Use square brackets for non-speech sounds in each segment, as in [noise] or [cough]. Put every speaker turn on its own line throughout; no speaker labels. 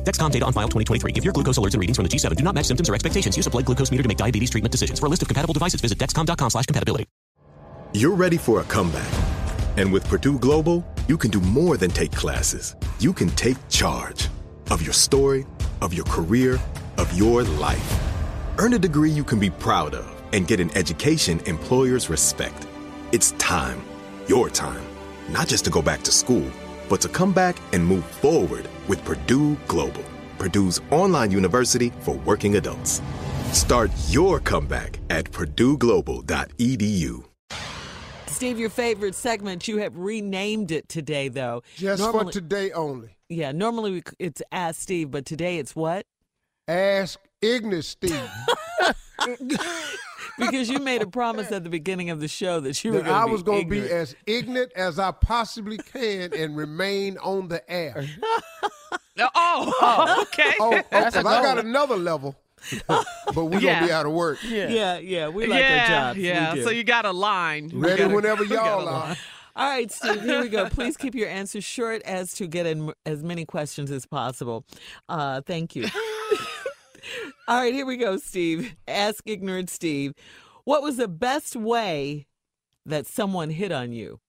Dexcom data on file 2023. If your glucose alerts and readings from the G7 do not match symptoms or expectations, use a blood glucose meter to make diabetes treatment decisions. For a list of compatible devices, visit dexcom.com slash compatibility.
You're ready for a comeback. And with Purdue Global, you can do more than take classes. You can take charge of your story, of your career, of your life. Earn a degree you can be proud of and get an education employers respect. It's time, your time, not just to go back to school, but to come back and move forward with Purdue Global, Purdue's online university for working adults. Start your comeback at purdueglobal.edu.
Steve, your favorite segment, you have renamed it today, though.
Just for
Normally-
today only.
Yeah, normally we, c- it's Ask Steve, but today it's what?
Ask Ignis Steve.
Because you made a promise at the beginning of the show that you were
that
going
I
to be
was going to be
ignorant.
as ignorant as I possibly can and remain on the air.
[laughs] Oh, okay.
Oh, okay.
That's
I
another
got another
[laughs]
level, but we're going
Yeah.
to be out of work.
Yeah, yeah, we like
yeah,
our jobs. We
yeah.
do.
So you got a line. You
Ready
gotta- [laughs]
whenever
you gotta
y'all are.
All right, Steve, here we go. Please keep your answers short as to get in as many questions as possible. Uh, thank you. [laughs] All right, here we go, Steve. Ask ignorant Steve. What was the best way that someone hit on you?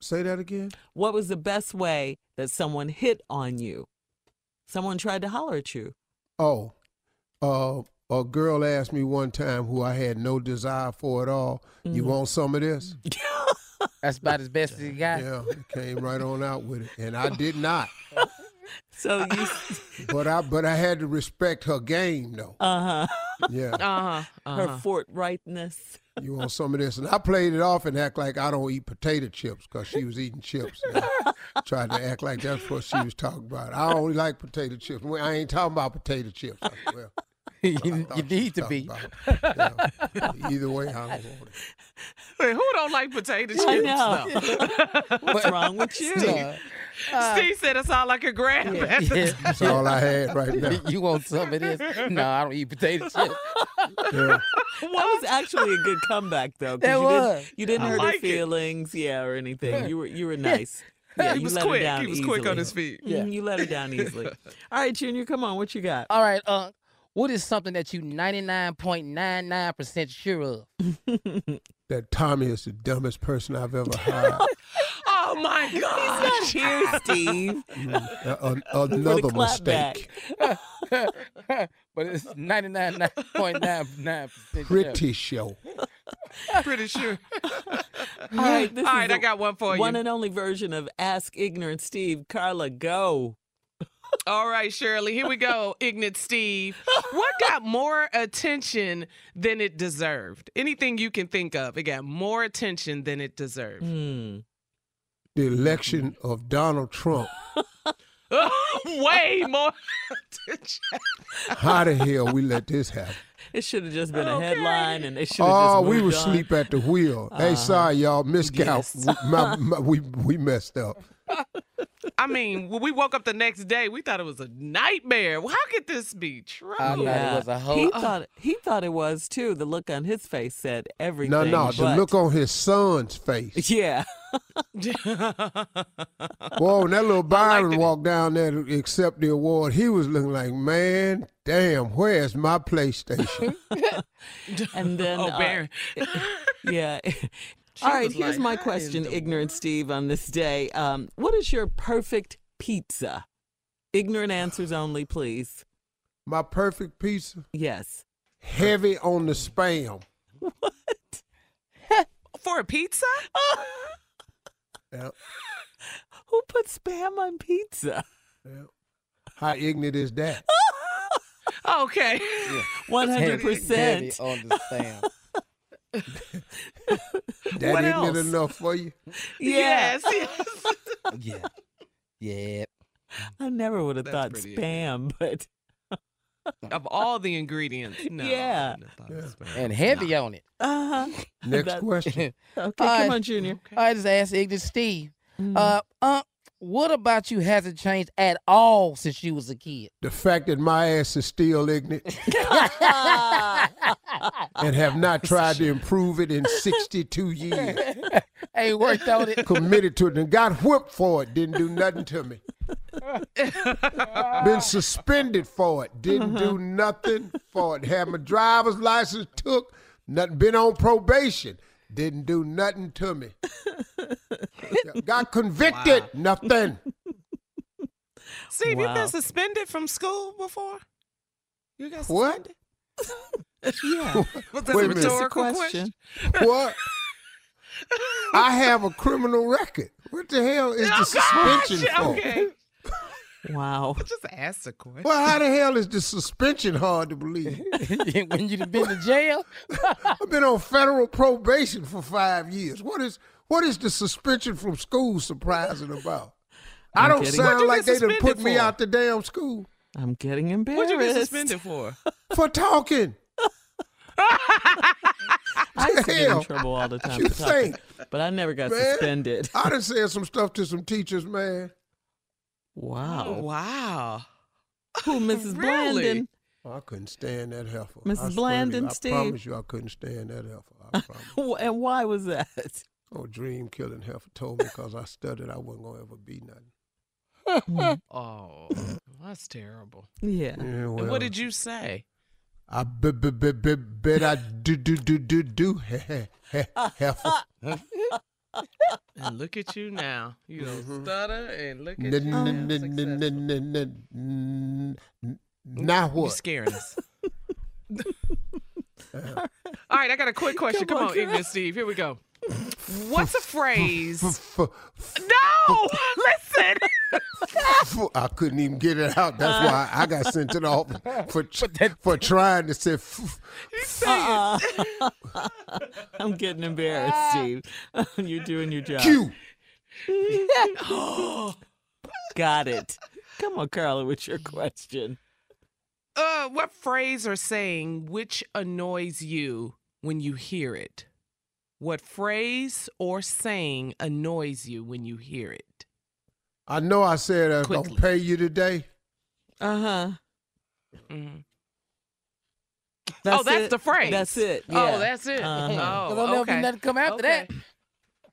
Say that again.
What was the best way that someone hit on you? Someone tried to holler at you.
Oh, uh, a girl asked me one time who I had no desire for at all, You
Mm-hmm.
want some of this?
That's about as best as you got.
Yeah, it came right on out with it. And I did not.
[laughs] So you,
But I but I had to respect her game though.
uh huh,
Yeah.
Uh-huh,
her
uh-huh.
forthrightness.
You want some of this? And I played it off and act like I don't eat potato chips because she was eating chips. And I tried to act like that's what she was talking about. I only like potato chips. Well, I ain't talking about potato chips. I said, well, I
you,
thought
you
she was
need to
talking
be.
about it. Yeah. Either way, I don't want it.
[laughs] Wait, who don't like potato chips?
I know. What's wrong with you?
Yeah.
Steve said it's all I could grab. at the [laughs]
Yeah.
That's all I had right now.
you want some of this? No, I don't eat potato chips.
Yeah.
That was actually a good comeback though. 'cause
That
you
was.
Didn't, you didn't
I
hurt
like
her
it.
feelings, yeah, or anything. You were you were nice. Yeah,
[laughs] he
you
was
let her
quick.
down
He was
easily.
quick on his feet.
Mm, You let her down easily. All right, Junior, come on. What you got?
All right, uh, what is something that you 99.99% sure of?
That Tommy is the dumbest person I've ever hired.
Oh my God.
Not here, Steve.
Uh,
A-
[laughs]
a-
For the
another
clap back.
mistake.
[laughs] but it's 99.99% sure.
Pretty sure.
Pretty sure. All right, this
All
is
right,
the
I got one for you.
One and only version of Ask Ignorant Steve. Carla, go.
All right, Shirley, here we go. Ignat Steve. What got more attention than it deserved? Anything you can think of, it got more attention than it deserved.
The election of Donald Trump.
[laughs] Way more attention.
How the hell we let this happen?
It should have just been a headline, and they should have
Oh,
just moved
we were
on.
asleep at the
[laughs]
wheel. hey, sorry, y'all. Miscount.
yes.
We- my- my- we, we messed up.
I mean, when we woke up the next day, we thought it was a nightmare. Well, How could this be true?
He thought he thought it was too. The look on his face said everything.
No, no. The
but-
look on his son's face.
[laughs] Yeah.
Whoa, when
[laughs]
that little Byron walked down there to accept the award, he was looking like, man, damn, where's my PlayStation?
[laughs] and
[laughs]
then
Oh,
uh,
Baron.
yeah. All right,
was
here's
like,
my
"That is
question, ignorant Steve, on this day. Um, what is your perfect pizza? Ignorant answers only, please.
my perfect pizza,
Yes.
heavy on the spam.
[laughs] For a
[laughs]
pizza?
Yep,
Who put spam on pizza?
yep. How ignorant is
[laughs]
that?
Okay.
One hundred
Heavy, heavy
percent.
on the
[laughs]
stand.
That
What
ignorant
else?
enough for you?
Yes.
yes.
[laughs]
yeah. Yeah.
I never would have
That's
thought
pretty
spam, but
[laughs] of all the ingredients. No. I
Yeah.
wouldn't have thought it was bad.
And heavy on it.
uh huh.
Next question.
okay,
[laughs] Okay,
Alright.
come on, Junior.
I just asked Ignorant Steve.
Mm.
Uh, uh, what about you hasn't changed at all since you was a kid?
The fact that my ass is still ignorant and have not tried to improve it in 62 years.
[laughs] Ain't worked on it.
Committed to it and got whipped for it. Didn't do nothing to me. Been suspended for it. Didn't do nothing for it. Had my driver's license took. Nothing. Been on probation. Didn't do nothing to me. Got convicted. Nothing.
Steve, you
Wow.
been suspended from school before? You got
What?
suspended?
[laughs]
[laughs]
Yeah.
Was that
Wait
a
a minute.
rhetorical
It's a
question? [laughs]
question.
What? I have a criminal record. What the hell is the suspension
Oh, Gosh,
for?
okay. [laughs]
Wow.
Just ask the question.
Well, how the hell is the suspension hard to believe?
[laughs] when you'd have been to jail?
[laughs] I've been on federal probation for five years. What is what is the suspension from school surprising about? I'm I do
kidding.
not
What'd
sound
you
like
get
they done
suspended
put me
for?
out the damn school
I'm getting embarrassed.
What'd you get suspended
[laughs]
for?
for talking.
[laughs] I used to get in
Hell.
trouble all the time
You
for talking,
think?
but I never got
Man.
suspended. [laughs]
I done said some stuff to some teachers,
Oh,
man.
Wow.
wow.
Who,
[laughs]
Mrs.
Really?
Blandon?
Oh, I couldn't stand that heifer.
Mrs.
I swear to
Blandon,
you,
Steve.
I promise you, I couldn't stand that heifer. I promise.
Wh- And why was that?
oh, dream killing heifer told me because I studied I wasn't gonna ever be nothing.
Oh, that's terrible.
Yeah.
Yeah, well,
And what did you say?
I b- b- b- b- bet I do do do do do [laughs] he- he- he- heifer.
Uh,
And look at you now.
[laughs]
You don't
Mhm.
stutter and look at you.
N-
now,
n- n- n-
successful.
n- n- n- n- n- Now
You're
what?
scaring
[laughs]
us. All right, I got a quick question. Come,
Come
on,
on,
on
girl.
Ignorant Steve. Here
[laughs]
we go. What's a phrase?
F- f-
No, listen. [laughs]
f- I couldn't even get it out. That's why I got sent to the
[laughs]
office for tr- for trying to say. f-
Uh-uh. I'm getting embarrassed, Steve. [laughs] You're doing your job.
Q.
[laughs] Got it. Come on, Carla, with your question.
Uh, what phrase or saying which annoys you when you hear it? What phrase or saying annoys you when you hear it?
I know I said I'm gonna
Quickly.
pay you today.
Uh huh.
Mm. oh, that's the phrase.
That's it. yeah.
Oh, that's it.
Uh-huh.
Oh,
'Cause I don't know if
okay.
nothing come after
Okay.
that.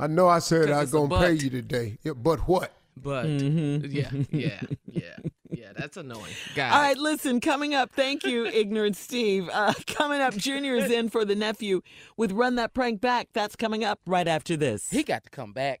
I know I said
'Cause
I'm
it's a
gonna pay
but.
you today. Yeah, but what?
But
Mhm.
yeah, yeah, yeah, yeah.
[laughs]
That's annoying. Got
All
it.
right, listen, coming up, thank [laughs] you, Ignorant Steve. Uh, coming up, Junior is in for the nephew with Run That Prank Back. That's coming up right after this.
He got to come back.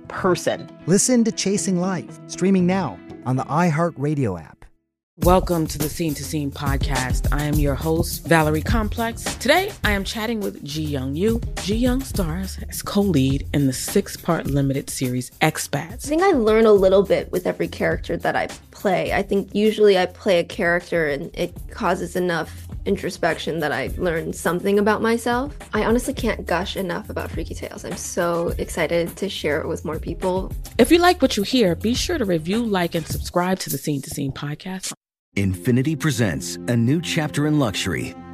person.
Listen to Chasing Life, streaming now on the iHeartRadio app.
Welcome to the Scene to Scene podcast. I am your host, Valerie Complex. Today, I am chatting with Ji Young Yu. Ji Young stars as co lead in the six part limited series Expats.
I think I learn a little bit with every character that I play. I think usually I play a character and it causes enough introspection that I learn something about myself. I honestly can't gush enough about Freaky Tales. I'm so excited to share it with more people.
If you like what you hear, be sure to review, like, and subscribe to the Scene to Scene podcast.
Infinity presents a new chapter in luxury,